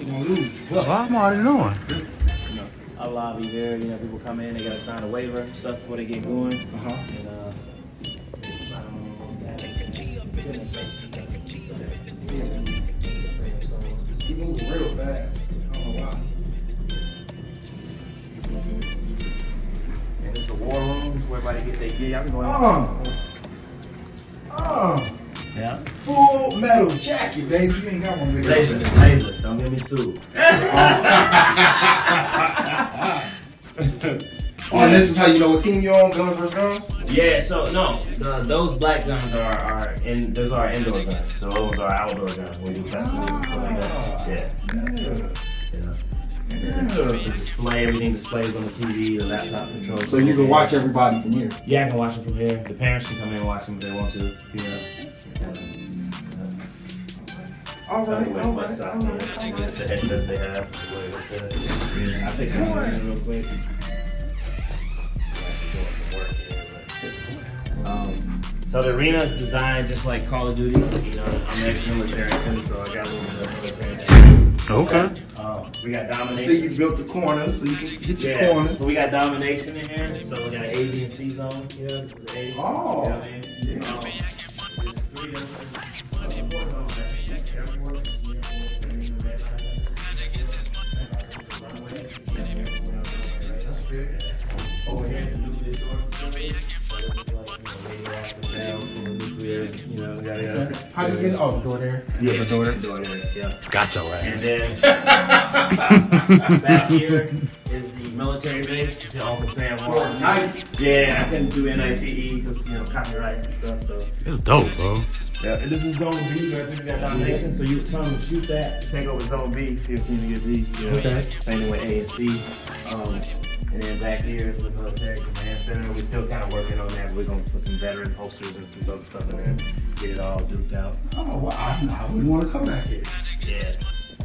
you gonna lose. Well, I'm already knowing. This, you know, I lobby there. You know, people come in, they gotta sign a waiver and stuff before they get going. Uh-huh. And uh, he moves real fast. I don't know why. And it's the war rooms where everybody get their gear. Y'all can go in. Uh, uh, yeah, full metal jacket, baby. You ain't got one, baby. laser, laser. Don't get me sued. Oh, and this is how you know what team you're on, Guns vs. Guns? Yeah, so no, the, those black guns are are in those are indoor guns. So those are outdoor guns where you festivals and stuff like Ah. that. Yeah, Yeah. yeah. yeah. They display everything displays on the TV, the laptop controls. So you can watch everybody from here. Yeah, I can watch them from here. The parents can come in and watch them if they want to. You know. All That's right, the way all West right, all Side is. right, all That's right. the headsets they have. That's the way West Side is. I think I'm gonna run real quick. Um, So the arena is designed just like Call of Duty. You know, I'm ex-military too, so I got a little bit of military. thing. Okay. Um, we got domination. See, you built the corners, so you can hit your Yeah, corners. so we got domination in here. So we got A, B, and C zone. You know, this is A. Oh. You know what I mean? Yeah. Um, there's three different, uh, four zones that we got. Yeah, we work with the airport, and then the red line, and then the runway, and Over here is the nuclear source facility. So this is like, you know, radioactive down from the nuclear, you know, yada, yada. How does it? Oh, go there. Yeah, the door. Door there, yeah. Got your And ass. then back here is the military base. It's the Uncle Sam Hall. Night. Yeah, I couldn't do NITE because you know copyrights and stuff. So It's dope, bro. yeah, and this is Zone B. Right through that domination. So you come and shoot that to take over Zone B. See if you can get B. You know, okay. Same with A and C. Um, and then back here is the military command center. We're still kind of working on that. We're gonna put some veteran posters and some other stuff in there. Get it all duped out. Oh, well, I, I wouldn't want to come back here. Yeah.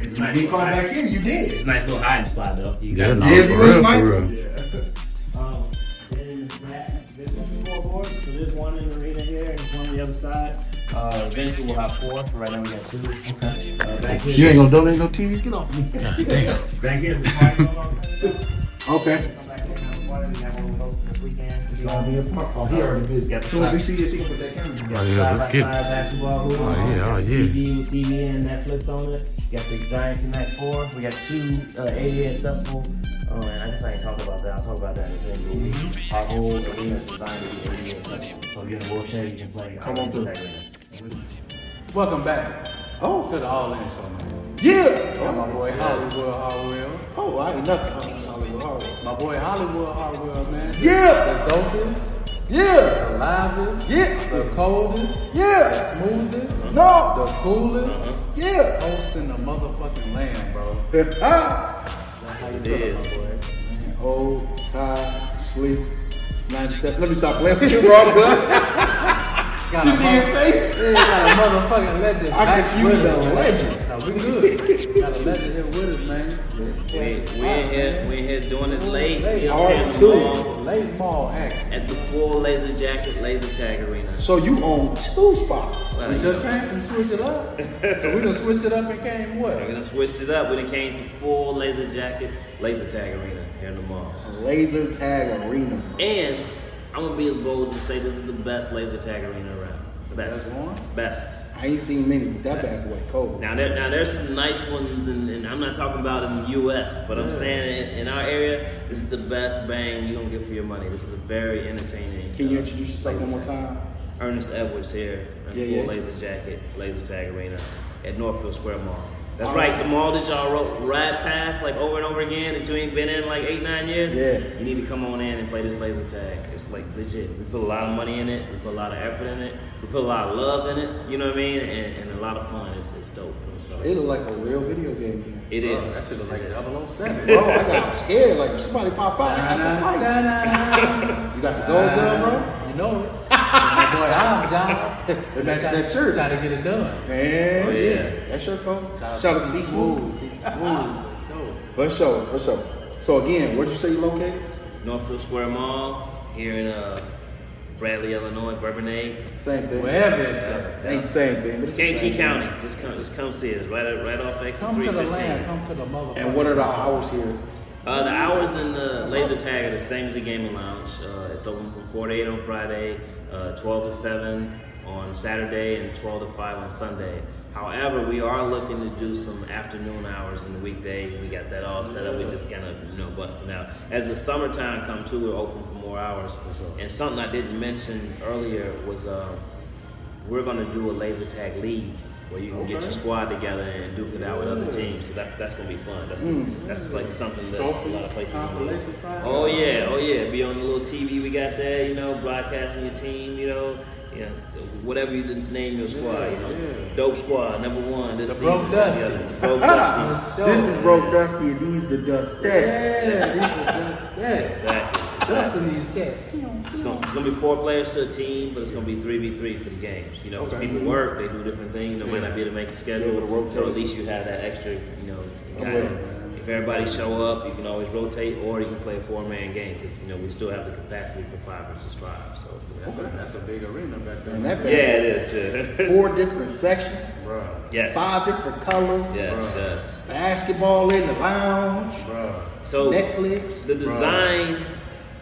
It's a You nice. get little called hiding- back in, you It's did. a nice little hiding spot though. You Yeah, got no, Yeah, for you real, snipe. for real. Um, then that, this is four boards. So there's one in the arena here and one on the other side. Uh, eventually we'll have four. Right now we got two. Okay. Uh, back You here, ain't gonna donate no TVs? Get off me. back here, we party on all Saturdays. Okay. Come back here, have a party. We have one of those this weekend. We I'll got be a part. Oh, he already busy. Got As the soon as he side see this, he can put that camera down. Oh, yeah, side let's by get side basketball hoop. Oh, yeah, oh, yeah. TV with TV and Netflix on it. You got the Giant Connect 4. We got two uh, ADA accessible. Oh, and I guess I ain't talk about that. I'll talk about that in a minute. but Mm-hmm. we- Our whole arena is designed to be ADA accessible. So if you're in a wheelchair, you can play. Come on through. Welcome back Oh, to the All In Show, man. yeah. Got my boy Hollywood Harwell. Oh, I ain't nothing. Hollywood, Hollywood. My boy Hollywood Harwell, man. Yeah. The dopest, Yeah. the livest, Yeah. the coldest, the Yeah. smoothest, No. the coolest, Yeah. hosting the motherfucking land, bro. Ah. How you feeling, my boy? Old, tired, sleep. 97. Let me stop playing with you, bro. I'm good. Got You a see his mother- face? Yeah, got a motherfucking legend. I back confused with the us, man. legend. No, we good. got a legend here with us, man. We, we in here, we in here doing it late. Late, We up here in part the two. mall Late mall action. At the full laser jacket, laser tag arena. So you own two spots. Well, We you just know. came from Switch It Up. So we done switched it up and came We what? done switched it up when it came to full laser jacket, laser tag arena here in the mall. Laser tag arena. And I'm gonna be as bold as to say this is the best laser tag arena around. The best. Best one? Best. I ain't seen many, but that bad boy cold. Now there, now there's some nice ones, and, and I'm not talking about in the U.S., but I'm saying in, in our area, this is the best bang you gonna get for your money. This is a very entertaining. Can you uh, introduce yourself one more time? Ernest Edwards here in Yeah, full yeah. laser jacket, laser tag arena at Northfield Square Mall. That's All right, right. the mall that y'all ro- ride past like over and over again that you ain't been in like eight, nine years. Yeah. You need to come on in and play this laser tag. It's like legit. We put a lot of money in it, we put a lot of effort in it, we put a lot of love in it, you know what I mean? And, and a lot of fun. It's, it's dope. So, It look like a real video game. Here. it Oh, is. that should look It like is. 007. Bro, I got scared. Like, if somebody pop out, I got to fight. Da-da-da-da. You got the gold gun, You know it. My boy, I'm John. bro? That's that shirt. Try to get it done. Man, Oh, yeah. That's your coat. Shout out Shout to out to T T Smooth. Smooth. T Smooth. For for sure. sure, for sure. So again, where'd you say you located? Northfield Square Mall here in uh Bradley, Illinois, Bourbonnais, Same thing. Wherever it's at. Ain't the same thing, but it's the Kankakee same. County. Just come, just come see us right, right off exit Come to the 315. land. Come to the motherfucker. And what are the hours here? Uh, the hours in the laser tag are the same as the gaming lounge. Uh, it's open from 4 to 8 on Friday, uh, 12 to 7 on Saturday, and 12 to 5 on Sunday. However, we are looking to do some afternoon hours in the weekday. We got that all set up. We just kind of you know busting out. As the summertime come too, we're open for more hours. And something I didn't mention earlier was uh, we're gonna do a laser tag league where you can get your squad together and duke it out with other teams. So that's that's gonna be fun. That's Hmm. that's like something that a lot of places don't do. Constellation Prize? Oh yeah, oh yeah. Be on the little TV we got there, you know, broadcasting your team, you know, you know, whatever you name your squad, you know, dope squad number one this The Broke season. Dusty. Yeah, so dusty. Ah, Let's show this is them. broke dusty and these the dust stats. Yeah, these are just stats. Exactly. Dusting these cats. Pew, pew. It's gonna, it's gonna be four players to a team, but it's gonna be three v three for the games. You know, 'cause Okay. people work, they do different things. They might not be able to make a schedule, so at least you have that extra. You know, guy. if everybody show up, you can always rotate, or you can play a four man game because you know we still have the capacity for five versus five. So that's That's a big arena back there. And that yeah, bad. it is. yeah. Four different sections, Bruh, yes, five different colors, yes, yes. basketball in the lounge, bruh. So Netflix. The design,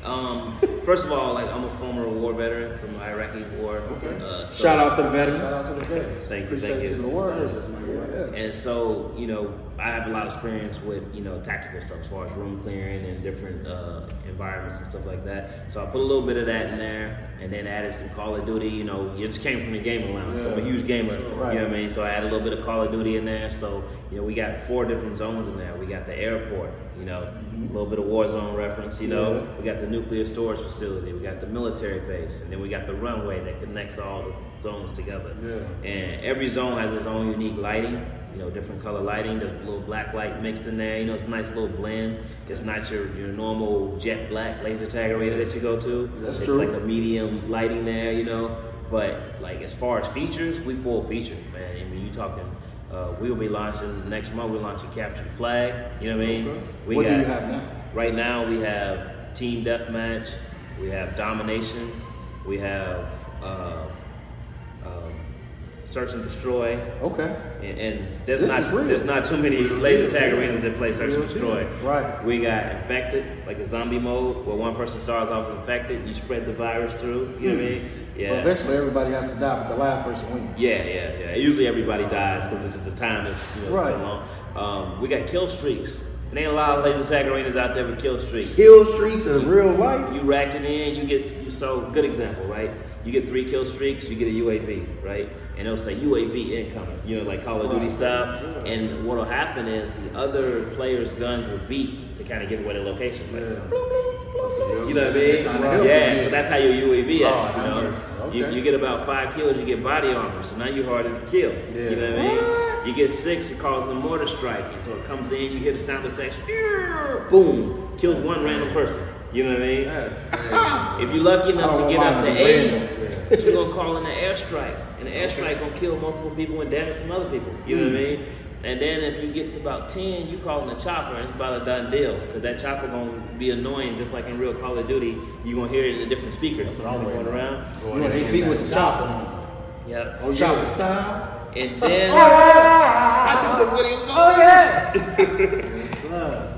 um, first of all, like I'm a former war veteran from the Iraqi War. Uh, so- Shout out to the veterans. Shout out to the vets. Thank you, Appreciate thank you. to the warriors. That's my word. Yeah. And so, you know, I have a lot of experience with, you know, tactical stuff as far as room clearing and different uh, environments and stuff like that. So I put a little bit of that in there and then added some Call of Duty. You know, it just came from the gaming lounge. So I'm a huge gamer. Right. You know what I mean? So I added a little bit of Call of Duty in there. So, you know, we got four different zones in there. We got the airport, you know, Mm-hmm. a little bit of war zone reference, you know. We got the nuclear storage facility. We got the military base. And then we got the runway that connects all the zones together. And every zone has its own unique lighting, you know, different color lighting. There's a little black light mixed in there. You know, it's a nice little blend. It's not your, your normal jet black laser tag arena that you go to. That's it's true. like a medium lighting there, you know. But like as far as features, we full feature, man. I mean, you talking. Uh, we will be launching next month. We're launching Capture the Flag. You know what I mean? We What do you have now? Right now we have Team Deathmatch, we have Domination, we have uh, um, Search and Destroy, Okay. and, and there's This is not real. there's not too many laser tag arenas that play Search and Destroy. Right. We got Infected, like a zombie mode, where one person starts off infected, you spread the virus through. You know what I mean? Yeah. Hmm. So eventually everybody has to die, but the last person wins. Yeah, yeah, yeah. Usually everybody dies because it's just the time is you know, it's Right. too long. Um, we got kill streaks. There ain't a lot of laser tag arenas out there with kill streaks. Hill streets in real life. You rack it in, you get you so good example, right? You get three kill streaks, you get a UAV, right? And it'll say UAV incoming, you know, like Call of Duty style. And what'll happen is the other players' guns will beep to kind of give away the location. Like, you know what I mean? They're trying to help Yeah, you. so that's how your UAV Lord acts. You, have know? mercy. you, Okay. you get about five kills, you get body armor, so now you're harder to kill. You know what I mean? You get six, it calls the mortar strike, and so it comes in, you hear the sound effects, boom, kills one random person. You know what I mean? That's crazy. If you're lucky enough I to don't get want up to mine 80, you're gonna call in an airstrike. And the airstrike gonna kill multiple people and damage some other people. You know Hmm. what I mean? And then if you get to about 10, you call in a chopper and it's about a done deal. Because that chopper gonna be annoying just like in real Call of Duty. You're gonna hear it in the different speakers going around. You want to beat with the chopper. on Yep. it. Chopper style. And then Oh yeah!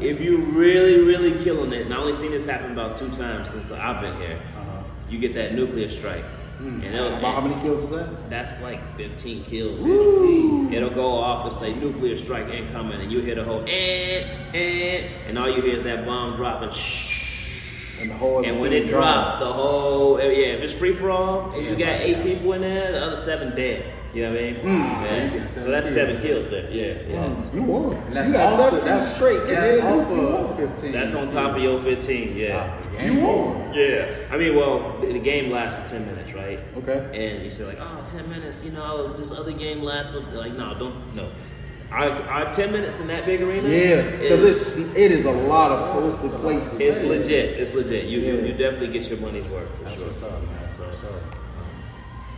if you really, really killing it, and I only seen this happen about two times since I've been here, you get that nuclear strike. And Uh-huh. it'll- Hmm. About how many kills is that? That's like 15 kills. or something. It'll go off and say nuclear strike incoming, and you hear the whole eh, eh, and all you hear is that bomb dropping. Shh. And the whole other And when team it dropped. dropped, the whole eh, yeah. If it's free for all, and you got eight people in there, the other seven dead. You know what I Mm, mean? Yeah. you get So, seven that's kills. seven kills there. Yeah, yeah. You won. And that's you got off the- 17 that's- straight. And that's then off you of won. 15. That's on top of your 15. Yeah. You won. Yeah. I mean, well, the the game lasts for 10 minutes, right? Okay. And you say like, oh, 10 minutes, you know, this other game lasts for, like, no, don't, no. Our, our 10 minutes in that big arena? Yeah, because is- it's it is a lot of posted places. it's legit. It's legit. You, you Yeah. you definitely get your money's worth for sure. What's up, man? So- What's up?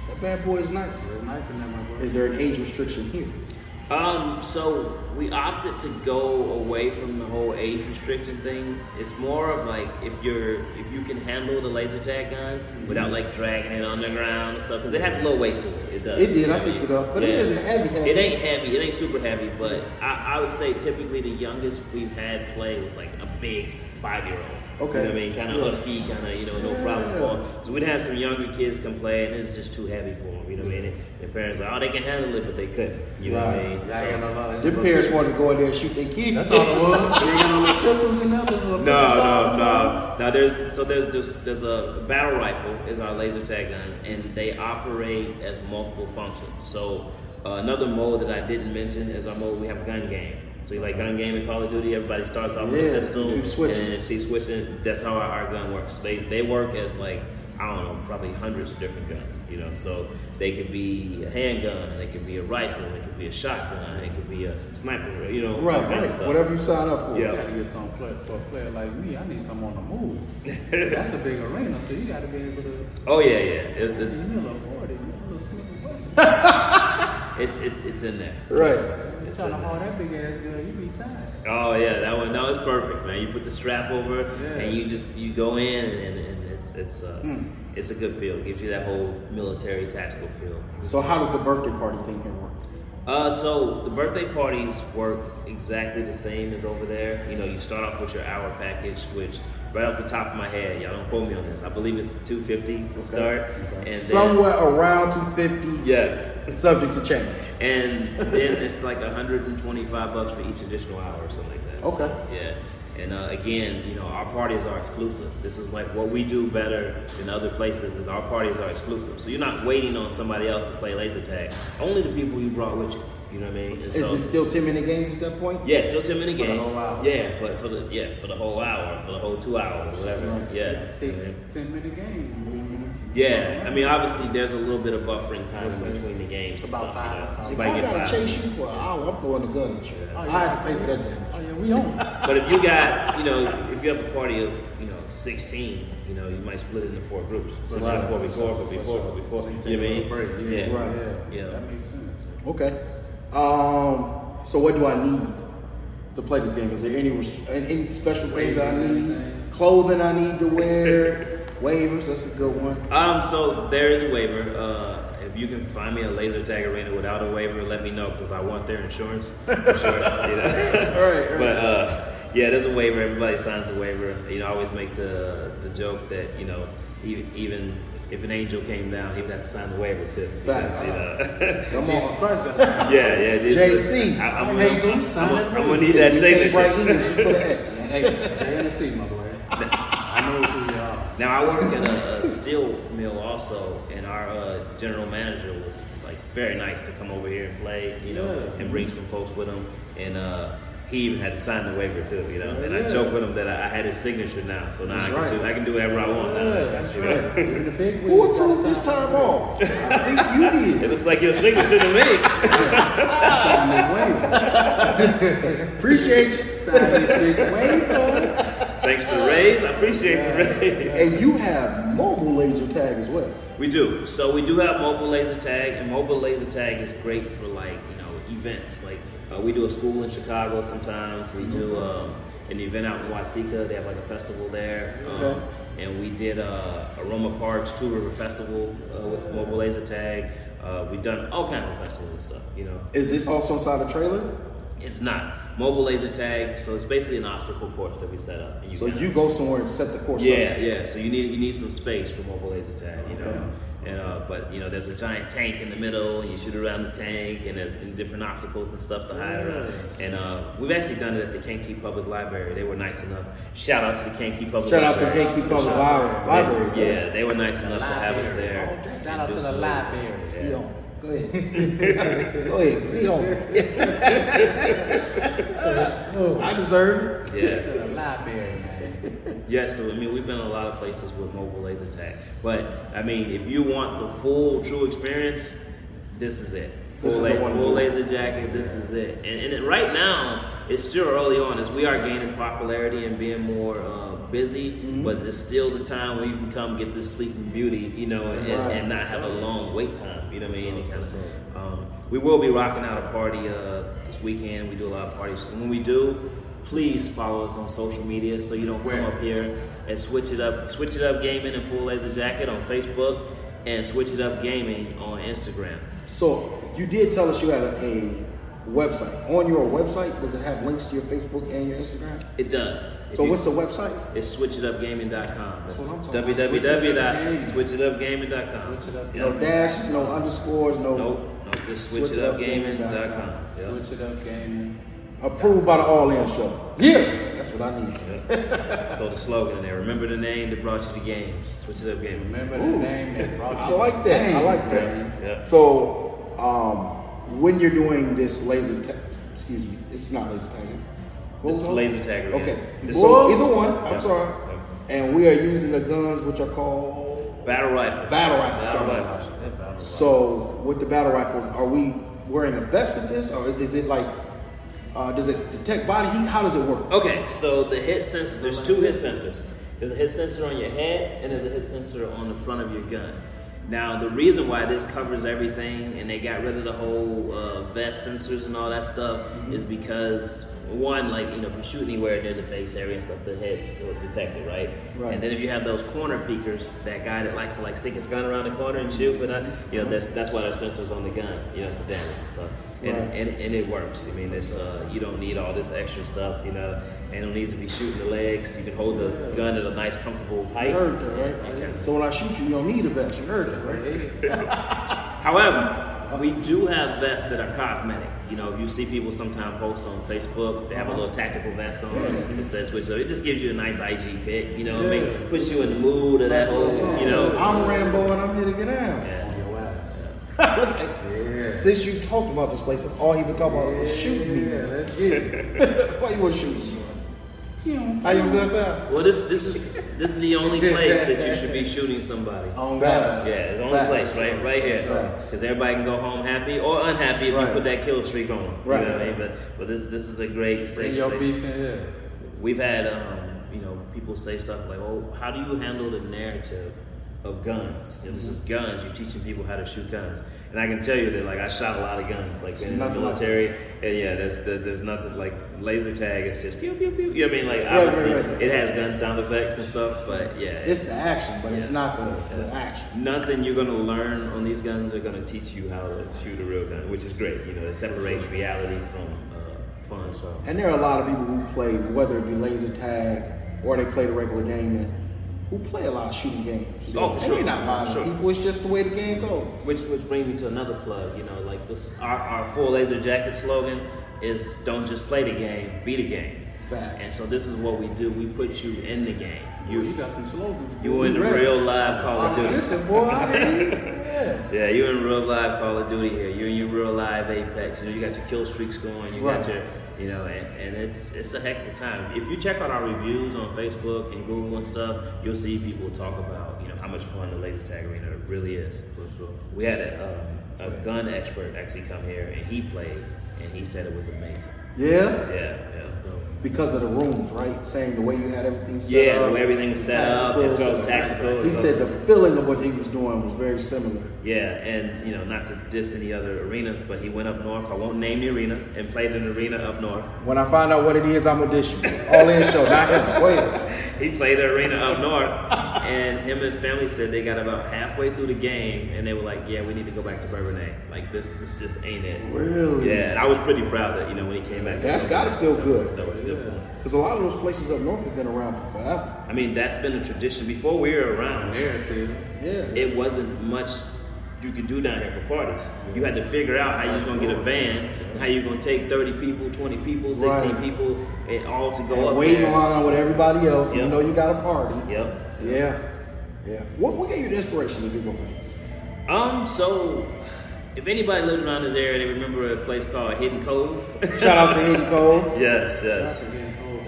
That bad boy is nice. It's nice in there, my boy. Is there an age restriction here? Um, so we opted to go away from the whole age restriction thing. It's more of like if you're if you can handle the laser tag gun Mm-hmm. without like dragging it underground and stuff because it has a little weight to it. It does. It did. You know I what picked mean? it up, but it isn't heavy, heavy. It ain't heavy. It ain't super heavy, but I, I would say typically the youngest we've had play was like a big five year old. Okay. You know what I mean, kind of Yeah. husky, kind of you know, no problem Yeah. for. Because we'd have some younger kids come play, and it's just too heavy for them. You know what I mean? And their parents like, oh, they can handle it, but they couldn't. You know what I Right. mean? Y'all ain't got no lot of- Them parents wanted to go in there and shoot their kids. Uh, That's all it was. They ain't got no little pistols in there. No, No, no, no. Now there's so there's there's, there's a battle rifle is our laser tag gun, and they operate as multiple functions. So uh, another mode that I didn't mention is our mode we have gun game. So you like gun game in Call of Duty, everybody starts off with Yeah, a pistol, keep switching. and then she switching. That's how our, our gun works. They they work as like I don't know, probably hundreds of different guns. You know, so they could be a handgun, they could be a rifle, they could be a shotgun, they could be a sniper. You know, all Right, kinds of right. stuff. Whatever you sign up for. Yeah. You gotta get some play, for a player like me. I need someone to move. That's a big arena, so you gotta be able to. Oh yeah, yeah. It's it's. You little forty, you little sneaky Western. It's it's it's in there. Right. You It's trying in to there. haul "Oh, that big ass gun, you be tired. Oh yeah, that one. No, it's perfect, man. You put the strap over, and you just you go in, and, and it's it's uh, it's a good feel. It gives you that whole military tactical feel. So how does the birthday party thing here work? Uh, so the birthday parties work exactly the same as over there. You know, you start off with your hour package, which right off the top of my head, y'all don't quote me on this. I believe it's two fifty to start, and then- Somewhere around 250, yes, subject to change. and then it's like 125 bucks for each additional hour or something like that. Okay. So, yeah. And uh, again, you know, our parties are exclusive. This is like what we do better than other places is our parties are exclusive. So you're not waiting on somebody else to play laser tag. Only the people you brought with you. You know what I mean? And Is so- it still 10 minute games at that point? yeah, still ten minute the games. whole hour. Yeah, but for the yeah for the whole hour, for the whole two hours, whatever. Yeah. Six, Mhm. ten minute game. Yeah, I mean, obviously, there's a little bit of buffering time between the games. and About stuff, you know. five. So See, you if might I get gotta five. chase you for an hour, I'm throwing the gun at you. Oh, I yeah. have to pay for that damage. Oh yeah, we on. it. But if you got, you know, if you have a party of, you know, 16, you know, you might split it into four groups. Four before, before, four before, four before. You know what I mean? Yeah, yeah. right. Oh, Yeah. That makes sense. Okay. Um, so what do I need to play this game? Is there any rest- any special things I need? Clothing I need to wear? Waivers, that's a good one. Um, so there is a waiver. Uh, if you can find me a laser tag arena without a waiver, let me know because I want their insurance. Insurance, you know. Right, right. But uh, yeah, there's a waiver. Everybody signs the waiver. You know, I always make the the joke that you know, e- even if an angel came down, he would have to sign the waiver too. Facts. You know? Come Jesus on. Christ got a Yeah, yeah. Dude, JC. I, I'm, Hey, gonna, Zoom, I'm, sign gonna- that I'm gonna ring. need that signature. Right here, just put an X. Hey, J and C, my boy. I know who you are. Now I work at a, a steel mill also, and our uh, general manager was like very nice to come over here and play, you know, Yeah. and bring some folks with him. And uh, he even had to sign the waiver too, you know. Oh, And I joke with him that I, I had his signature now, so now I That's can right. do I can do whatever I want. now. Yeah, that's You know? right. Even the big Who wigs got approved a this sign. time off? I think you It did. looks like your signature to me. Sign that Appreciate you. wave. Sign this big wave, boy. Thanks for the raise. I appreciate the raise. And you have mobile laser tag as well. We do. So we do have mobile laser tag, and mobile laser tag is great for like you know events. Like uh, we do a school in Chicago sometimes. We do Mm-hmm. um, an event out in Waseca. They have like a festival there. Um, Okay. And we did uh, Aroma Parks Two River Festival uh, with mobile laser tag. Uh, we've done all kinds of festivals and stuff. You know, Is this also inside the trailer? it's not mobile laser tag, so it's basically an obstacle course that we set up. And So kinda- you go somewhere and set the course yeah, up. yeah. So you need you need some space for mobile laser tag, you know. And uh, but you know, there's a giant tank in the middle, and you shoot around the tank, and there's and different obstacles and stuff to hide around. And uh, we've actually done it at the Kankakee Public Library. They were nice enough. Shout out to the Kankakee Public. Shout out to Library. Gatekeep Public Library. Library. Yeah, they were nice enough to have us Oh, there. Shout out to the library. He on. Go ahead. Go ahead. He on. I deserve it. Yeah. To the library, man. Yeah, so I mean, we've been in a lot of places with mobile laser tag, but I mean, if you want the full, true experience, this is it. This Full, is la- the one. full laser jacket. This is it. And, and it, right now, it's still early on. As we are gaining popularity and being more uh, busy, Mm-hmm. but it's still the time where you can come get this Sleeping Beauty, you know, and, and- and not have a long wait time. You know what I mean? Any kind of, um, we will be rocking out a party uh, this weekend. We do a lot of parties. And when we do, please follow us on social media so you don't come up here and switch it up. Switch it up gaming and full laser jacket on Facebook, and switch it up gaming on Instagram. So you did tell us you had a, a website. On your website, does it have links to your Facebook and your Instagram? It does. If So you- what's the website? It's switchitupgaming.com. That's what I'm talking about. www.switchitupgaming.com. Yep. No dashes, no underscores, no. Nope. Nope. Just switchitupgaming.com. switchitupgaming.com. Yep. Switch it up, gaming. Approved by the All In Show. Yeah, that's what I need. Throw the slogan in there. Remember the name that brought you the games. Switch it up gaming. Remember the name that brought I you. like that. I like that. Yeah. So, um, when you're doing this laser tag, excuse me, it's not laser tagging. What This was is it? laser tagger. yeah. Okay. This- So either one. I'm Yeah. sorry. And we are using the guns, which are called. Battle rifle. Battle rifle, Battle sorry. rifle. Yeah, battle rifle. So with the battle rifles, are we wearing a vest with this, or is it like? Uh, does it detect body heat? How does it work? Okay, so the hit sensor, there's two hit sensors. There's a hit sensor on your head, and there's a hit sensor on the front of your gun. Now, the reason why this covers everything and they got rid of the whole uh, vest sensors and all that stuff is because, one, like, you know, if you shoot anywhere near the face area and stuff, the head will detect it, right? Right. And then if you have those corner peekers, that guy that likes to, like, stick his gun around the corner and shoot, but, I, you know, that's, that's why there's sensors on the gun, you know, for damage and stuff. And, Right. and, and it works. I mean, it's uh, you don't need all this extra stuff, you know. And don't need to be shooting the legs. You can hold the gun at a nice, comfortable height. You heard that, right? Okay. So when I shoot you, you don't need a vest. You heard that, right? However, we do have vests that are cosmetic. You know, if you see people sometimes post on Facebook, they have a little tactical vest on that says which, so it just gives you a nice IG pic. You know, it make, puts you in the mood of that whole, you know. I'm Rambo and I'm here to get out. Yeah. Your ass. Since you talked about this place, that's all he been talking about was shooting me. Yeah, let's get it. Why you want to shoot me? How you gonna sound? Well, this this is this is the only place that you should be shooting somebody. On Facts. God. Yeah, the only Facts. place, right, right here, Facts. because everybody can go home happy or unhappy if Right. you put that kill streak on. you Right. know what I mean? But but this this is a great safe Bring your place. beef in here. We've had um, you know people say stuff like, "Oh, how do you handle the narrative of guns? You know, This is Mm-hmm. guns. You're teaching people how to shoot guns." And I can tell you that like I shot a lot of guns, like in the nothing like military. and yeah, there's there- there's nothing like laser tag. It's just pew pew pew. You know what I mean? Like right, obviously right. it has gun sound effects and stuff, but yeah, It's the action, but it's not the, the Yeah. action. Nothing you're gonna learn on these guns are gonna teach you how to shoot a real gun, which is great. You know, it separates reality from uh, fun. So And there are a lot of people who play, whether it be laser tag or they play the regular game, and who play a lot of shooting games. Oh, for and sure. They're not lying to For sure. people. It's just the way the game goes. Which which brings me to another plug. You know, like this, our, our full laser jacket slogan is "Don't just play the game, be the game." Facts. And so this is what we do. We put you in the game. You You got them slogans. you in the ready. real live Ah, Call of Duty. Politician, boy. I ain't- Yeah, you're in real live Call of Duty here. You're in your real live Apex. You know, you got your kill streaks going. You Right. got your you know, and, and it's it's a heck of a time. If you check out our reviews on Facebook and Google and stuff, you'll see people talk about you know how much fun the laser tag arena really is. For sure. We had a, um, a gun expert actually come here and he played and he said it was amazing. Yeah? Yeah, yeah. Because of the rooms, right? Saying the way you had everything set Yeah, up. the way everything was set up, it tactical. felt tactical. it He felt- said the feeling of what he was doing was very similar. Yeah, and you know, not to diss any other arenas, but he went up north. I won't name the arena and played an arena up north. When I find out what it is, I'm auditioning. All in show, not him. Go ahead. He played the arena up north, and him and his family said they got about halfway through the game, and they were like, "Yeah, we need to go back to Bourbonnais. Like this, this just ain't it." Really? Yeah, and I was pretty proud that you know when he came back. That's gotta that feel was- good. That was a good one. Because a lot of those places up north have been around for forever. I mean, that's been a tradition before we were around. Narrative. Yeah. it wasn't much you could do down here for parties. You had to figure out how you was gonna get a van and how you gonna take thirty people, twenty people, sixteen Right. people, and all to go And up wait in there. line with everybody else. and You Yep. know you got a party. Yep. Yeah. Yeah. What, what gave you the inspiration to do go for this? Um. So, if anybody lived around this area, they remember a place called Hidden Cove. Shout out to Hidden Cove. yes. Yes.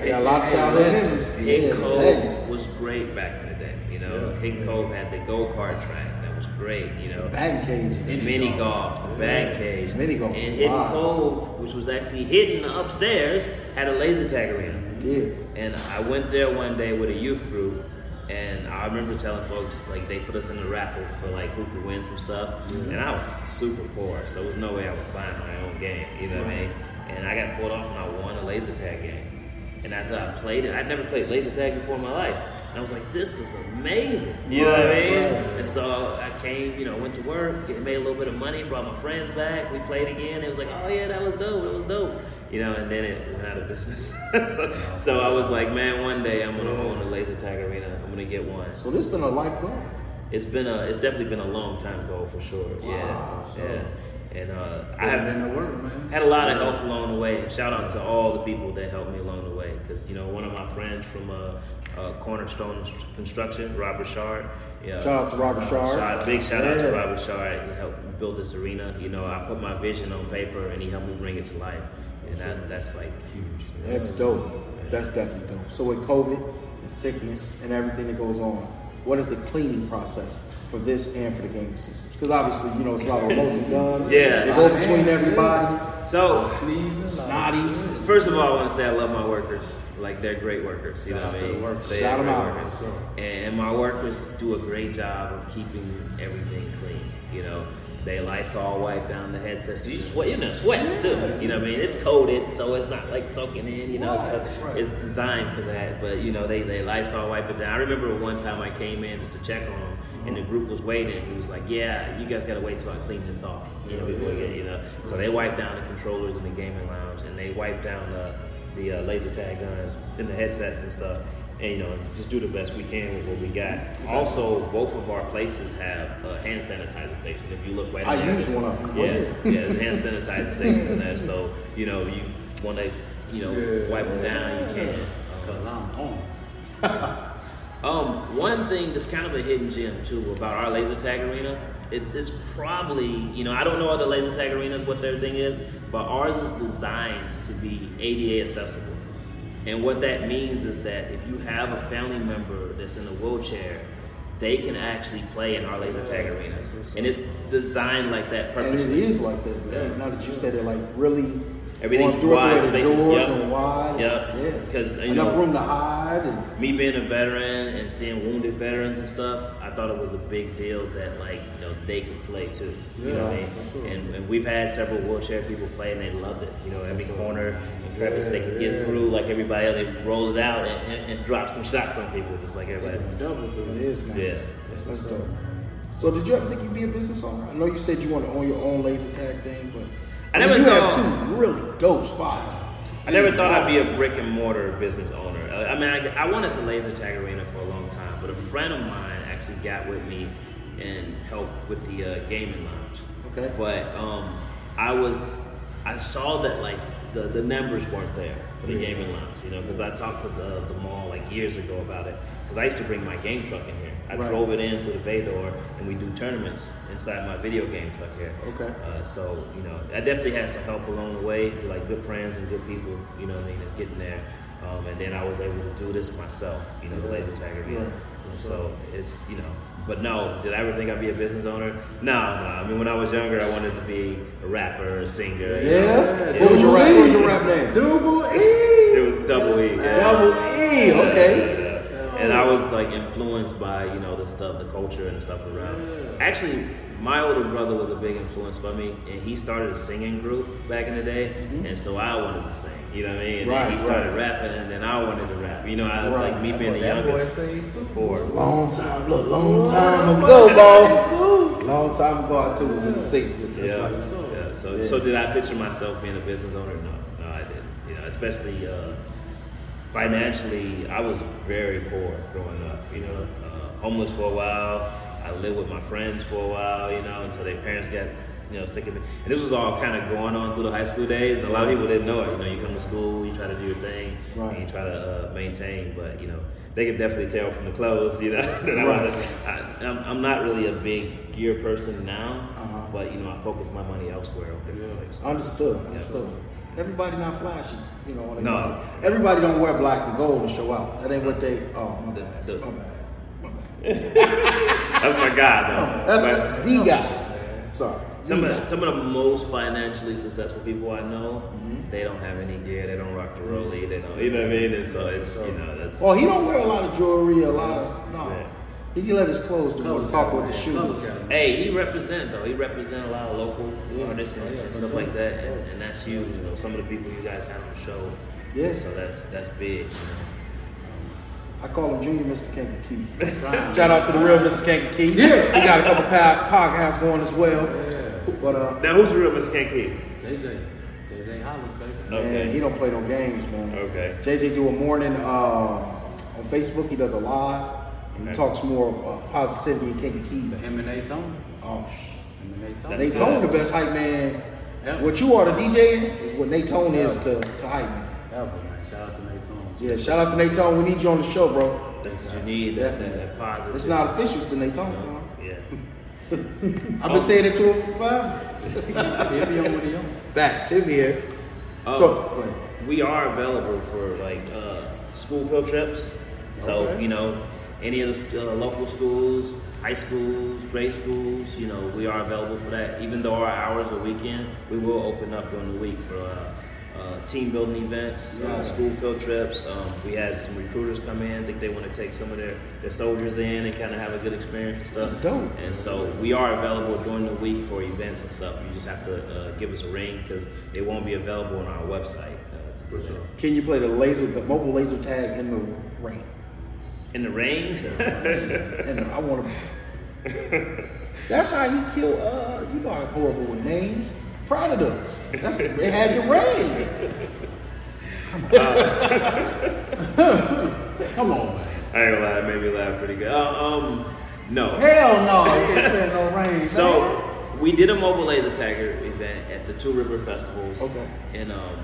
Yeah, a lot of y'all Hey, legends. Hidden Yeah, Cove legends. was great back in the day. You know, Hidden Cove had the go kart track that was great. You know, Batting cages. mini golf, the back cage, Mini golf and was Hidden live. Cove, which was actually hidden upstairs, had a laser tag arena. It did. And I went there one day with a youth group, and I remember telling folks like they put us in the raffle for like who could win some stuff, and I was super poor, so there was no way I was buying my own game. You know what I mean? And I got pulled off, and I won a laser tag game. And after I played it, I'd never played laser tag before in my life. And I was like, this is amazing. You know what I mean? And so I came, you know, went to work, get- made a little bit of money, brought my friends back, we played again. It was like, oh yeah, that was dope, that was dope. You know, and then it went out of business. so, so I was like, man, one day I'm gonna own a laser tag arena. I'm gonna get one. So this been a life goal. It's been a, it's definitely been a long time goal for sure. Yeah, yeah. And uh, I have Been to work, man. had a lot of help along the way. Shout out to all the people that helped me along the way. Because, you know, one of my friends from uh, uh, Cornerstone Construction, Robert Shard. Yeah. Shout out to Robert Shard. Shout- big shout out to Yeah. Robert Shard. He helped me build this arena. You know, I put my vision on paper and he helped me bring it to life. And that, that's like huge. That's dope. That's definitely dope. So with COVID and sickness and everything that goes on, what is the cleaning process for this and for the gaming systems? Because obviously, you know, it's a lot of remotes and guns. Yeah. They go between everybody. So, Sneezing, Snotties. First of all, I want to say I love my workers. Like they're great workers. You know what I mean? They Shout are 'em great out. workers. And my workers do a great job of keeping everything clean. You know, they Lysol wipe down the headsets because you sweat. You're not sweating too. You know what I mean? It's coated, so it's not like soaking in. You know, it's, it's designed for that. But you know, they they Lysol wipe it down. I remember one time I came in just to check on them, and the group was waiting. He was like, "Yeah, you guys gotta wait till I clean this off." You know, before you get- you know. So they wiped down the controllers in the gaming lounge, and they wiped down the the uh, laser tag guns and the headsets and stuff, and you know, just do the best we can with what we got. Also, both of our places have a hand sanitizer station. If you look right, I in there, use there's- one of them. Oh, Yeah, yeah, there's a hand sanitizer station in there. So you know, you want to, you know, wipe them down, you can. Cause I'm home. Um, one thing that's kind of a hidden gem too about our laser tag arena, it's it's probably you know I don't know other laser tag arenas what their thing is, but ours is designed to be ADA accessible, and what that means is that if you have a family member that's in a wheelchair, they can actually play in our laser tag arena, and it's designed like that And it purposely. is like that. man. Now that you said it, like really Everything's going through wide it, the way the spaces. doors Yep. are wide. Yep. Yeah. 'Cause, you enough know- room to hide. And me being a veteran and seeing wounded veterans and stuff, I thought it was a big deal that like you know they could play too. You know what I mean? And, and we've had several wheelchair people play and they loved it. You know, every corner and crevice they could get through like everybody else, they roll it out and, and, and drop some shots on people just like everybody. double, but it is nice. Yeah. That's dope. So did you ever think you'd be a business owner? I know you said you want to own your own laser tag thing, but I never you have thought- two really dope spots. I never thought I'd be a brick and mortar business owner. I I mean, I, I wanted the laser tag arena for a long time, but a friend of mine actually got with me and helped with the uh, gaming lounge. Okay. But um, I was, I saw that like the, the numbers weren't there for the gaming lounge, you know, because I talked to the, the mall like years ago about it. Because I used to bring my game truck in here. I Right. drove it in through the bay door, and we do tournaments inside my video game truck here. Okay. Uh, so you know, I definitely had some help along the way, like good friends and good people. You know, what I mean, and getting there. Um, and then I was able to do this myself. You know, the laser tagger. you know. And So it's you know, but no, did I ever think I'd be a business owner? No, no. I mean, when I was younger, I wanted to be a rapper, a singer. you Yeah. know. What was your rap? What was your Yeah. rap name? Double E. It was double E. yeah. Double E. Okay. And I was like influenced by you know the stuff, the culture and the stuff around. Actually, my older brother was a big influence for me, and he started a singing group back in the day, and so I wanted to sing. You know what I mean? And then Mm-hmm. Right, he started rapping, and then I wanted to rap. You know, I like me being the That boy youngest. say Four. Long time, look, long time ago, boss. Long time ago, I too was in the sixth. That's yeah. right. yeah. So, so did I picture myself being a business owner? No, no, I didn't. You know, especially uh, financially, I was very poor growing up. You know, uh, homeless for a while. I lived with my friends for a while. You know, until their parents got you know sick of me. And this was all kind of going on through the high school days. A lot of people didn't know it. You know, you come to school, you try to do your thing, Right. and you try to uh, maintain. But you know, they could definitely tell from the clothes. You know, that I Right. wasn't I, I'm, I'm not really a big gear person now, Uh-huh. but you know I focus my money elsewhere on different places. Understood, understood. Everybody not flashy, you know. when they- No. Everybody don't wear black and gold to show out. That ain't what they. Oh my The- bad. the- my bad. My bad. man. That's my guy, though. That's But- the guy. Sorry. Some of, the, some of the most financially successful people I know, Mm-hmm. they don't have any gear, they don't rock the rollie, they don't, you know what I mean? And so it's, you know, that's, Well, Oh, he don't wear a lot of jewelry, a lot of no. He can let his clothes do more talk with the Colors shoes. got 'em. hey, he represent though, he represent a lot of local artists and, and stuff like that, and, and that's huge, you know, some of the people you guys have on the show. Yeah. So that's, that's big, you know. I call him Junior Mr. Kankakee. Trying. Shout out to the real Mr. Kankakee. Yeah, he got a couple pod- podcasts going as well. But uh, Now, who's the real Mr. Kankakee? JJ. JJ Hollis, baby. man, he Okay. don't play no games, man. Okay. JJ do a morning uh, on Facebook. He does a live. And he Okay. talks more uh, positivity and Kankakee. The M and A Tone. Oh, sh- M and A Tone. Nate Tone the best hype man. Yeah. What you are to DJ is what Nate Tone is to, to hype man. Ever, man. Shout out to Nate Tone. Yeah, shout out to Nate Tone. We need you on the show, bro. That's what you need, that, that, that positive. It's not official to Nate Tone. bro. Yeah. I've Oh. been saying it to him for five. He'll be on with him. Facts. He'll be here. Oh. So, go ahead. we are available for like uh, school field trips. So Okay. you know, any of the uh, local schools, high schools, grade schools, you know, we are available for that. Even though our hours are weekend, we will open up during the week for uh, uh, team building events, uh, school field trips. Um, we had some recruiters come in. think they want to take some of their, their soldiers in and kind of have a good experience and stuff. That's dope. And so we are available during the week for events and stuff. You just have to uh, give us a ring because it won't be available on our website. Uh, to do that. can you play the laser, the mobile laser tag in the rain? In the rain? And I want to. That's how he killed. Uh, you know I'm horrible with names. Predator. That's they had the rain. Come on, man. I ain't gonna lie, it made me laugh pretty good. Uh, um, no. Hell no. He can't play no rain. So we did a mobile laser tagger event at the Two River Festivals Okay. in um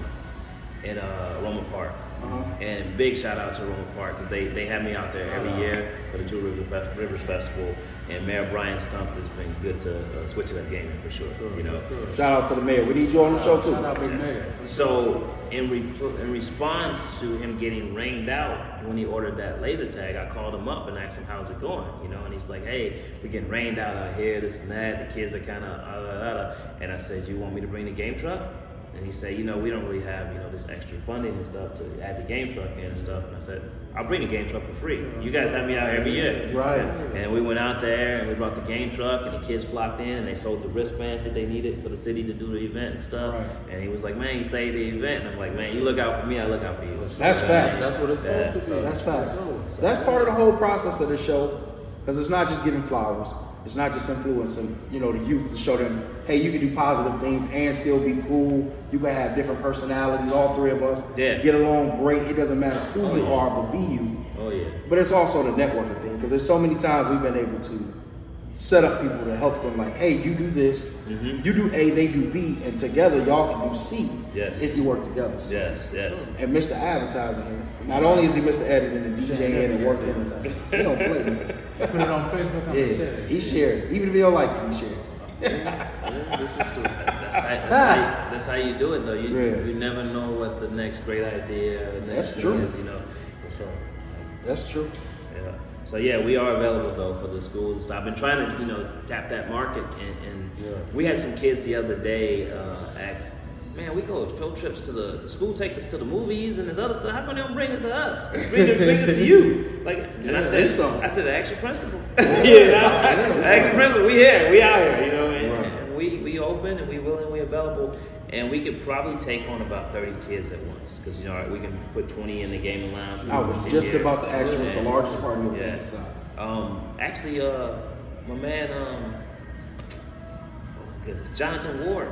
in uh, Roma Park. Uh-huh. And big shout out to Roma Park because they, they have me out there every year for the Two River Fe- Rivers Festival. And Mayor Brian Stump has been good to uh, switching up gaming for sure. you know, Shout out to the mayor. We need you on the show Shout too. out, Big Man. So in, re- in response to him getting rained out when he ordered that laser tag, I called him up and asked him how's it going, you know, and he's like, hey, we're getting rained out out here, this and that. The kids are kind of uh, uh, uh, and I said, you want me to bring the game truck? And he said, you know, we don't really have you know this extra funding and stuff to add the game truck in and stuff. And I said, I'll bring the game truck for free. You guys have me out here every year, Right. and we went out there and we brought the game truck and the kids flocked in and they sold the wristbands that they needed for the city to do the event and stuff. Right. And he was like, Man, he saved the event. And I'm like, Man, you look out for me, I look out for you. That's facts. That's what it's Yeah, supposed to be. That's facts. That's part of the whole process of the show, because it's not just giving flowers. It's not just influencing, you know, the youth to show them, hey, you can do positive things and still be cool. You can have different personalities. All three of us Yeah. get along great. It doesn't matter who Oh, you yeah. are, but be you. Oh yeah. But it's also the networking thing, because there's so many times we've been able to set up people to help them, like, hey, you do this, Mm-hmm. you do A, they do B, and together y'all can do C Yes. if you work together. So Yes, yes. and Mr. Advertising here. Not only is he Mr. Editing and DJing and working, and he don't play. man. Put it on Facebook. I'm gonna Yeah, share that he shit. shared. Even if he don't like it, he shared. Yeah, This is true. That's how, that's, how you, that's how you do it though. You, Yeah. you never know what the next great idea or the next That's thing true. is, you know. For sure. That's true. Yeah. So yeah, we are available though for the schools and stuff. I've been trying to you know tap that market, and, and we had some kids the other day uh, ask, "Man, we go field trips to the, the school takes us to the movies and this other stuff. How come they don't bring it to us? Bring it, bring us to you." Like, and I said, it's something. "I said, the action principal. yeah, you know? the action principal. We here. We out here. You know, and, and we we open and we willing. We available." And we could probably take on about 30 kids at once because you know we can put 20 in the gaming lounge. I was just about to ask you what's the And- largest party you'll take yeah. this side. Um, actually, uh, my man, um, Jonathan Ward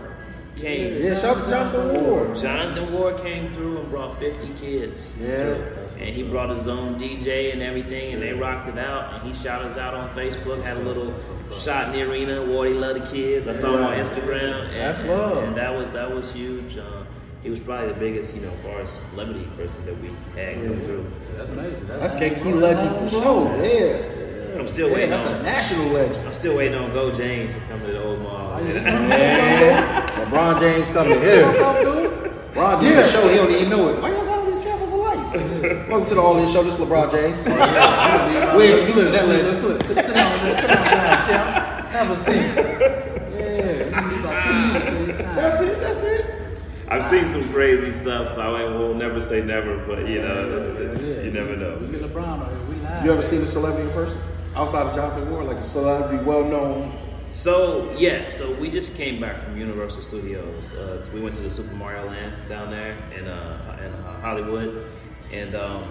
came. Yeah, shout out to Jonathan Ward. Jonathan Ward came through and brought 50 kids. Yeah. And he brought his own DJ and everything, and they rocked it out. And he shouted us out on Facebook, had a little shot in the arena. Wardy loved the kids. I saw him on Instagram. And, That's and- love. And that was that was huge. Uh, he was probably the biggest, you know, as far as celebrity person that we had come through. That's major. That's KQ legend for sure. Yeah. I'm still Yeah, waiting. that's on- a national legend. I'm still waiting on Go James to come to the old mall. Oh, Man, LeBron James coming here. LeBron James Yeah. show, he don't even know it. Why y'all got all these cameras and lights? Welcome to the All In Show. This is LeBron James. Where Where's you live? That legend. Look, look, sit, sit down, man. Sit down, down, champ. Have a seat. Yeah, we need about ten minutes at a time. That's it. That's it. I've seen some crazy stuff, so I ain't- will never say never, but you know, Yeah, yeah, yeah. you never know. We get LeBron on here. We live. You ever seen a celebrity in person outside of Jonathan Ward, like a celebrity, well known? So yeah, so we just came back from Universal Studios. Uh, we went to the Super Mario Land down there in uh, in uh, Hollywood, and um,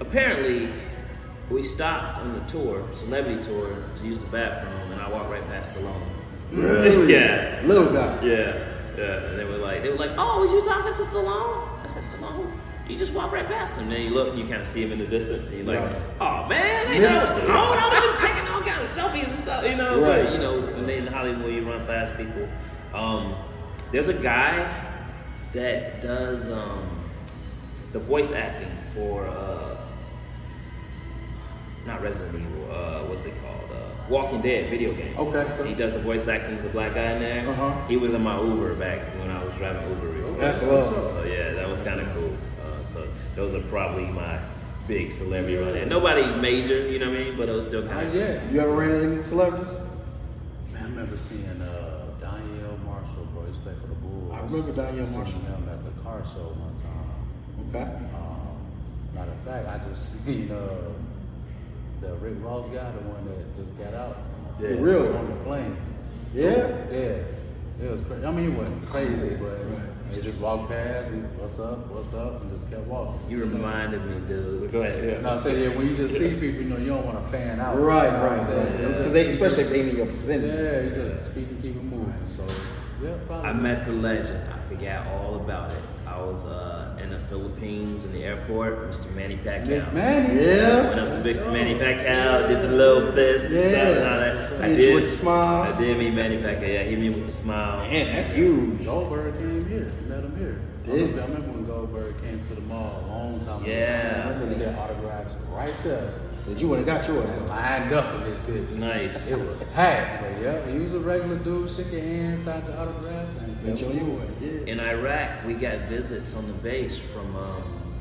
apparently we stopped on the tour, celebrity tour, to use the bathroom, and I walked right past Stallone. yeah, Little guy. yeah, yeah. And they were like, they were like, oh, was you talking to Stallone? I said, Stallone. You just walk right past him, then you look and you kind of see him in the distance, and you're like, "Oh man, ain't that Mr. Stallone? I'm just taking all kind of selfies and stuff, you know." Right. But you know, it's the name of Hollywood. You run past people. Um, there's a guy that does um, the voice acting for uh, not Resident Evil. Uh, what's it called? Uh, Walking Dead video game. Okay. He does the voice acting of the black guy in there. Uh-huh. He was in my Uber back when I was driving Uber. Before. That's love. So yeah, that was kind of cool. Uh, so those are probably my big celebrity run in. Nobody major, you know what I mean? But it was still kind Not of. yet. You ever ran into any celebrities? Man, I remember seeing uh, Danielle Marshall, bro. He played for the Bulls. I remember Danielle Seeing Marshall. him at the car show one time. Okay. Um, matter of fact, I just seen uh, the Rick Ross guy, the one that just got out Yeah. For real? on the plane. Yeah. Yeah, it was crazy. I mean, it wasn't crazy, but they just walked past and what's up, what's up, and just kept walking. You reminded me, dude. Go ahead. And I said, yeah, when you just see people, you know, you don't want to fan out. Right, you know what I'm right, saying? right. You just- Because they, especially if they in your vicinity. Yeah, you just speak and keep it moving. So, yeah, probably. I met the legend. I forgot all about it. I was uh, in the Philippines in the airport. Mr. Manny Pacquiao. Nick Manning. Yeah. Went up to Mr. Manny Pacquiao, did the little fist and stuff and all Yeah. that. I Hit you did. with the smile. I did meet Manny Pacquiao. Yeah, hit me with the smile. Man, that's huge. Goldberg came here. Met him here. I Did remember, I remember when Goldberg came to the mall a long time ago. Yeah. I remember they got autographs right there. Said you would have got yours. Lined up with this bitch. Nice. It was packed, but yeah, he was a regular dude. Shook your hand, signed your autograph, and Sent you on your way. Yeah. In Iraq, we got visits on the base from um,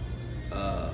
uh,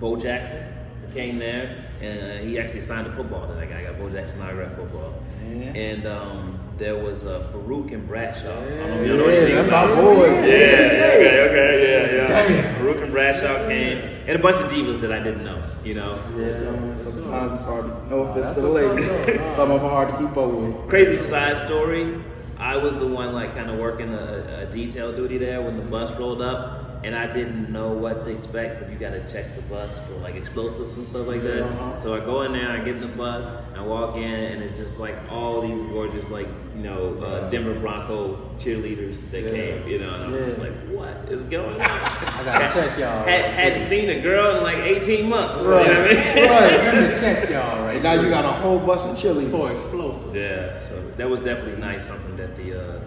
Bo Jackson. He came there, and uh, he actually signed a football that I got. I got Bo Jackson autograph football. Yeah. And um, there was uh, Farouk and Bradshaw. I don't know if y'all know anything Yeah, that's about our them. boy. Yeah, okay, okay, yeah, yeah. Farouk and Bradshaw came, and a bunch of divas that I didn't know, you know. Yeah, sometimes it's hard. To, no offense That's to the what's up, ladies, though. Nah. some of them are hard to keep up with. Crazy side story. I was the one like kind of working a, a detail duty there when the bus rolled up, and I didn't know what to expect. But you got to check the bus for like explosives and stuff like that. Uh-huh. So I go in there, I get in the bus, and I walk in, and it's just like all these gorgeous like you know uh, Denver Bronco cheerleaders that came, you know, and I'm just like, what is going on? I gotta check y'all. Had, hadn't seen a girl in like 18 months. Or something, you know what I mean? Right, let me check y'all And right now you got a whole bunch of for cheerleaders. explosives. Yeah, so that was definitely nice, something that the uh,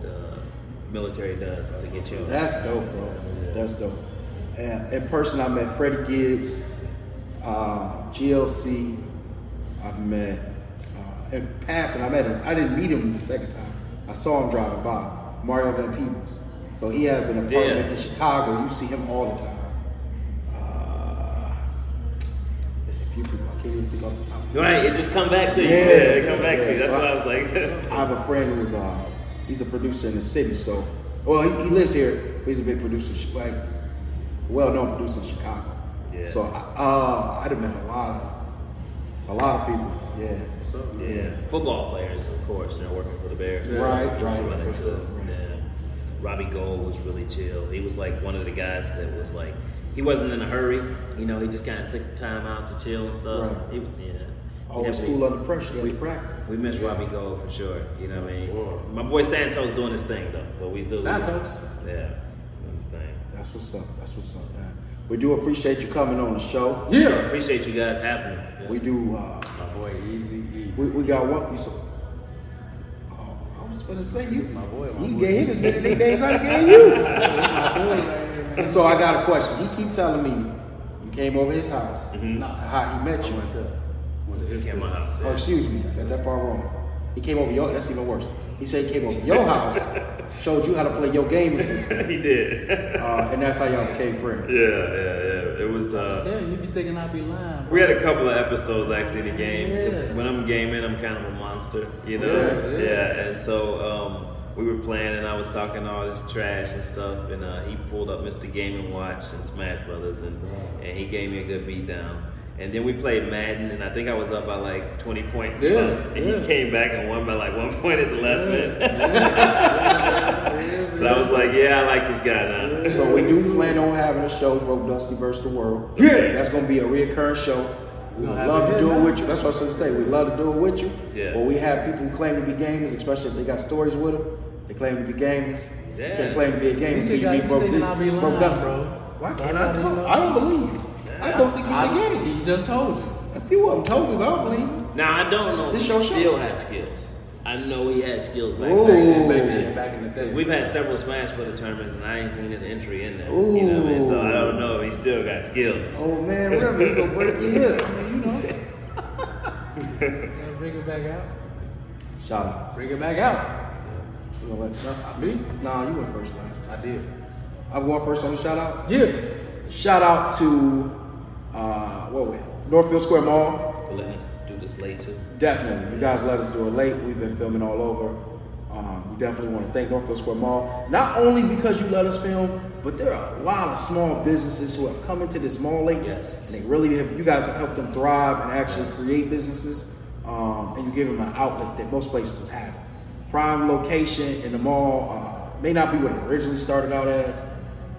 the military does to get you. That's dope, bro. That's dope. And in person, I met Freddie Gibbs, uh, GLC. I've met uh, in passing. I met him. I didn't meet him the second time. I saw him driving by. Mario Van Peebles. So he has an apartment Yeah. in Chicago. You see him all the time. Uh, it's a few people. I can't even think off the top. of my Right, it just come back to you. Yeah. Yeah, it come back to you. Yeah, That's so what I- I was like. I have a friend who's uh, he's a producer in the city. So, well, he, he lives here. But he's a big producer, Chi- like well-known producer in Chicago. Yeah. So, I, uh, I'd have met a lot of a lot of people. Yeah. What's up, man? yeah, football players, of course, you know, working for the Bears. Yeah. Right, You right. run into them. Yeah. Robbie Gold was really chill. He was like one of the guys that was like, he wasn't in a hurry. You know, he just kind of took time out to chill and stuff. Right. He was, yeah. Always Yeah, we- cool under pressure. Yeah, we practice. We miss Robbie Gold for sure. You know what I mean? My boy Santos doing his thing though, but we still Santos? Yeah, doing his thing. That's what's up. That's what's up, man. We do appreciate you coming on the show. Yeah. Appreciate you guys having me. Yeah. We do. Uh, My boy Easy E. we, we got one. You so, oh, I was gonna say you. My boy, my He boy. gave him as many nicknames I gave you. My boy right here, man. So I got a question. He keep telling me you came over his house, how he met you. Mm-hmm. Went to, went to He came to my house. Oh, excuse me, I got that part wrong. He came over your. That's even worse. He said he came over your house, showed you how to play your gaming system, yeah. he did. yeah, uh, and that's how y'all became friends. yeah, yeah. It was is uh, you be thinking I'd be lying. we had a couple of episodes actually in the game. 'cause Yeah. When I'm gaming, I'm kind of a monster, you know. Yeah, yeah. And so um, we were playing, and I was talking all this trash and stuff, and uh, he pulled up Mr. Game and Watch and Smash Brothers, and and he gave me a good beat down. And then we played Madden, and I think I was up by like 20 points. or Yeah, something. And yeah. he came back and won by like one point at the last minute. so I was like, yeah, I like this guy now. So we do plan on having a show, Broke Dusty versus the World. Yeah. That's gonna be a reoccurring show. We Gonna would have love it to here do it now. with you. That's what I was gonna say. We love to do it with you. Yeah. But we have people who claim to be gamers, especially if they got stories with them. They claim to be gamers. Yeah. You can't claim to be a gamer You until think you I be you broke thinking this I be lying, broke dusty. bro? Why So can't I I thought he talk? lied. I don't believe you. I don't think I, you he just told you. can get it. A few of them told me, but I don't believe you. Now I don't know. This if your he show. still has skills. I know he had skills back Ooh. then. Back then, baby, back in the day. We've had several Smash Brothers tournaments, and I ain't seen his entry in there. You know what I mean? So I don't know if he still got skills. Oh man, whatever, you gonna break your hip. you know. Gotta bring it back out. Shout out. Bring it back out. You gonna let Me? Nah, you went first last time. I did. I'm going first on the shout outs. Yeah. Shout out to uh, what we Northfield Square Mall. For letting us do this late too. Definitely, you guys let us do it late. We've been filming all over. Um, we definitely want to thank Northfield Square Mall not only because you let us film, but there are a lot of small businesses who have come into this mall lately. Yes. and they really have. You guys have helped them thrive and actually create businesses, um, and you give them an outlet that most places haven't. Prime location in the mall uh, may not be what it originally started out as,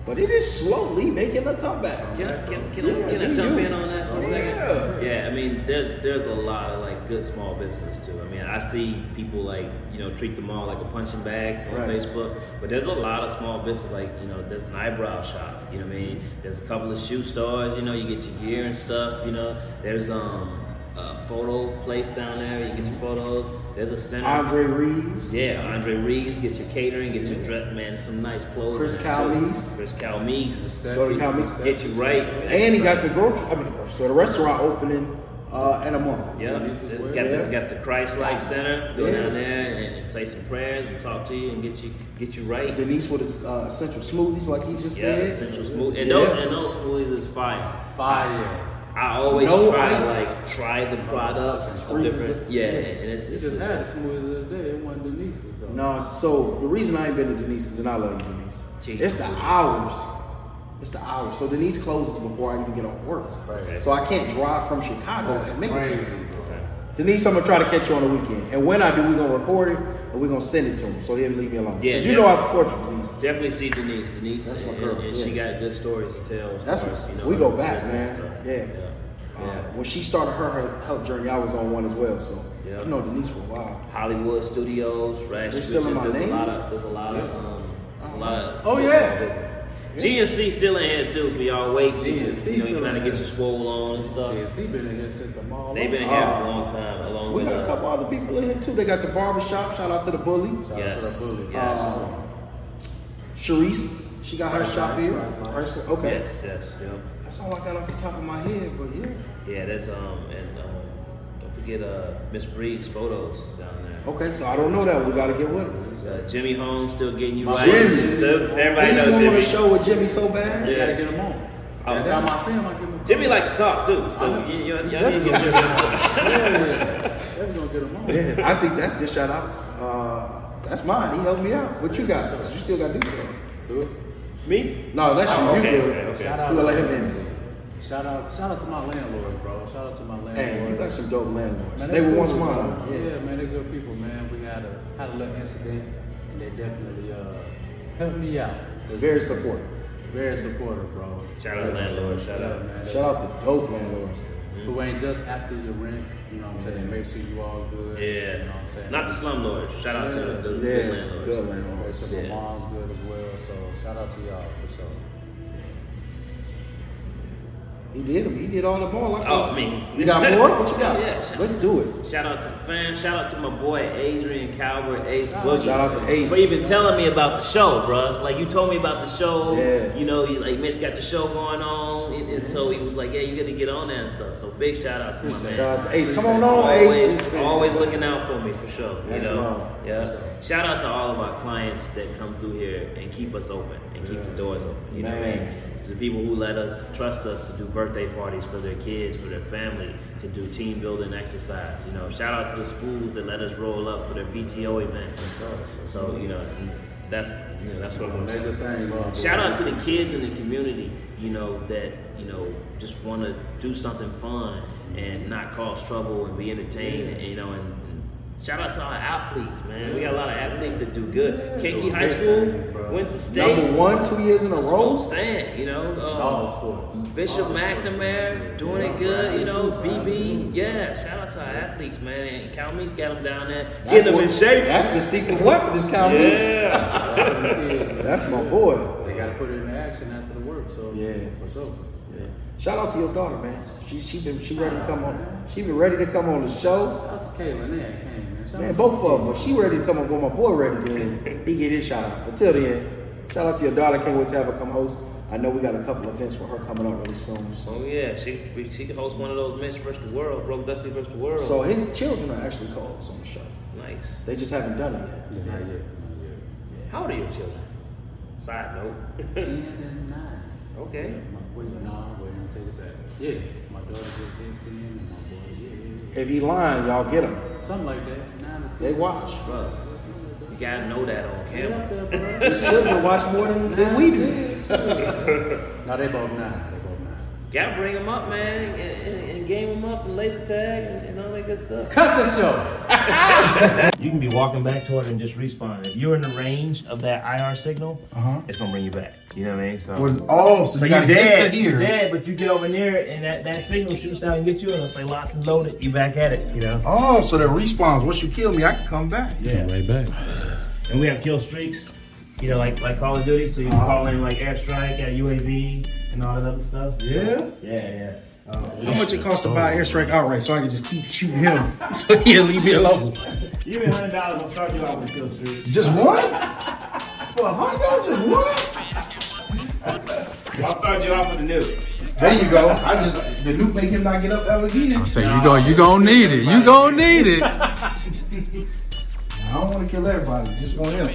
but it is slowly making a comeback. Can I, can, can, Yeah, I, can I you jump do. Oh, in on that for a Yeah. second? Yeah, I mean, there's there's a lot of like good small business too. I mean, I see people like you know treat them all like a punching bag on Right. Facebook, but there's a lot of small business like you know there's an eyebrow shop. You know what I mean? There's a couple of shoe stores. You know, you get your gear and stuff. You know, there's um a photo place down there. You get your photos. There's a center. Andre Reeves. Yeah, Andre Reeves, get your catering, get your dress, man, some nice clothes. Chris too. Calmeese. Chris Calmeese. Go to Calmeese. Get you right. man. And he got the grocery, I mean, the grocery store, the restaurant opening uh, in a month. Yeah, This is where- got yeah. the got the Christ like center. Go Yeah. down there and, and say some prayers and talk to you and get you get you right. Denise with uh, essential smoothies, like he just yeah, said. essential smooth and Yeah. those and those smoothies is fire. Fire. I always No try to ice. like try the products of freeze different it. yeah, and it's, You it's just legit. had a smoothie the other day. It wasn't Denise's though. No, so the reason I ain't been to Denise's, and I love you, Denise. Jesus. It's the hours. It's the hours. So Denise closes before I even get off work. crazy. So I can't drive from Chicago That's to make it to crazy, you. bro. Denise, I'm gonna try to catch you on the weekend. And when I do, we're gonna record it and we're gonna send it to him so he'll leave me alone. Yeah, Because you know I yeah. support you, Denise. Definitely see Denise. Denise That's my and, girl, and yeah. she got good stories to tell. as That's far as, what you know, we go back, business man. stuff. Yeah. Uh, when she started her, her health journey, I was on one as well. So Yeah. you know Denise for a while. Hollywood Studios, Rash They Kitchens. still There's in my a name? Uh-huh. lot of there's a lot of um, there's a lot of Oh, yeah. business. GNC still in here too for y'all waiting. GNC you know, you still trying to in here. get your swole on and stuff. JC been in here since the mall. They've been opened. here for Oh. a long time, along We with got a uh, couple other people in here too. They got the barbershop. Shout out to the bully. Shout out yes, to the bully. yes, Uh, Sharice, she got her Price shop Line, here. Price Line. Price Line, Okay. yes, yes, yep. That's all I got off the top of my head, but yeah. yeah. That's um and um, don't forget uh Miss Breed's photos down there. Okay, so I don't know that. We gotta get with it. Uh, Jimmy Holmes still getting you My right. Jimmy. Subs, everybody He knows went on a Jimmy. show with Jimmy so bad. I Yeah. gotta get them on. Oh, Every time I see him, I give him. a- Jimmy like to talk too, so I'm- you, you, you, you, Definitely get gonna get him Jimmy. on. Yeah, yeah. Definitely gonna get him on. Yeah, I think that's good shout outs. Uh, that's mine. He helped me out. What you got? 'Cause You still gotta do something. Dude. Me? No, that's you. Oh, You okay, good. okay, okay. Shout out. We gonna let him in. Shout out. Shout out to my landlord, bro. Shout out to my landlord. Hey, you got some dope landlords. Man, they were good once people, mine. man. Yeah. man, they're good people, man. We had a had a little incident, and they definitely uh, helped me out. They're Very supportive. very supportive, bro. Shout out to landlord, shout Yeah, out. man. Shout out to dope landlords. Who ain't just after your rent, you know what I'm saying? They make sure you all good. You know Yeah. what I'm saying? Not the slumlords. Shout out to Yeah. the, the Yeah, good landlords. good They landlords. Make sure Yeah. my mom's good as well. So shout out to y'all for sure. He did him. He did all the more. Like Oh, I mean, you got more? What you got? Yeah, shout- Let's do it. Shout out to the fans. Shout out to my boy Adrian Calvert, Ace Boogie. Shout out to Ace. For even telling me about the show, bro. Like you told me about the show. Yeah. You know, you, like Mitch got the show going on, and, and so he was like, "Yeah, you got to get on there and stuff." So big shout out to my man. Shout out to Ace. Come on on, Ace. Always, always looking out for me for sure. You That's know, love. yeah. Shout out to all of our clients that come through here and keep us open and keep the doors open. You know what I mean? Man. to the people who let us trust us to do birthday parties for their kids, for their family, to do team building exercise. You know, shout out to the schools that let us roll up for their PTO events and stuff. So you know, that's you know, that's what I'm Major saying. things. uh, Shout out to the kids in the community, you know, that, you know, just want to do something fun and not cause trouble and be entertained, and, you know, and, and shout out to our athletes, man. We got a lot of athletes that do good. Keiki High School went to state. Number one, two years in a That's what I'm row. saying, you know. Um, all sports. Bishop McNamara doing it good, you know. BB, yeah. Shout out to our athletes, man. And Cal Meeks got them down there, getting them in what- shape. That's the secret weapon. This Cal Meeks. yeah. That's my boy. They got to put it into action after the work. So Yeah. for sure. Yeah. Shout out to your daughter, man. She she been she ready to come on. She been ready to come on the show. Shout out to Kaylin. They ain't came, man. Shout Man, out both of them. If she ready to come on, well, my boy ready to he get his shout out. Until then, shout out to your daughter. Can't wait to have her come host. I know we got a couple events with her coming up really soon. So, Oh yeah, she we- she could host one of those Miss versus the World, Broke Dusty versus the World. so his children are actually co-hosts on the show. nice. They just haven't done it to- yet. Not yet. How old are your children? Side note. Not yet. Ten and nine. Okay. My wait, no, wait, I'm take it back. Yeah, my daughter just hit ten, and my boy, yeah, yeah, If he lying, y'all get him. yeah. something like that. Nine or ten. They watch. Bro, you gotta know that on They up camera. there, bro. His children watch more than, than we do. no, they both nine. They both nine. Gotta bring them up, man, and, and, and game them up and laser tag and, and all that good stuff. Cut the show. You can be walking back toward it and just respawn. If you're in the range of that IR signal, Uh-huh. it's gonna bring you back. You know what I mean? So. What is- oh, so, So you you're gotta get dead. to You're here. dead, but you get over near it, and that, that signal shoots down and gets you, and it'll say locked and loaded. You back at it, you know. Oh, so that respawns. Once you kill me, I can come back. Yeah. Way back. And we have kill streaks, you know, like like Call of Duty. So you can call in like airstrike, at UAV, and all that other stuff. Yeah. Yeah, yeah. Um, How much it cost to buy airstrike outright so I can just keep shooting him? so he'll leave me alone. even hundred dollars will start you off with a kill streak. Just one? For a hundred? Just one? I'll start you off with a nuke. There you go. I just the nuke make him not get up ever again. So you go, you gonna need it. You gonna need it. I don't want to kill everybody. Just want him.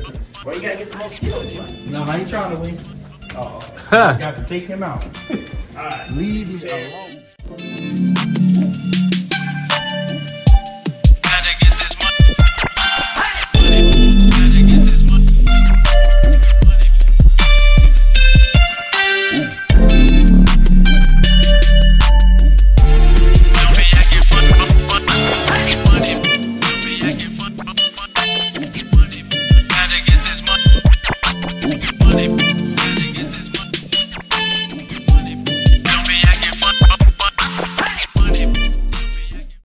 Well, you gotta get the most kills. man. No, I ain't trying to win. Huh. Got to take him out. All right. Leave me alone.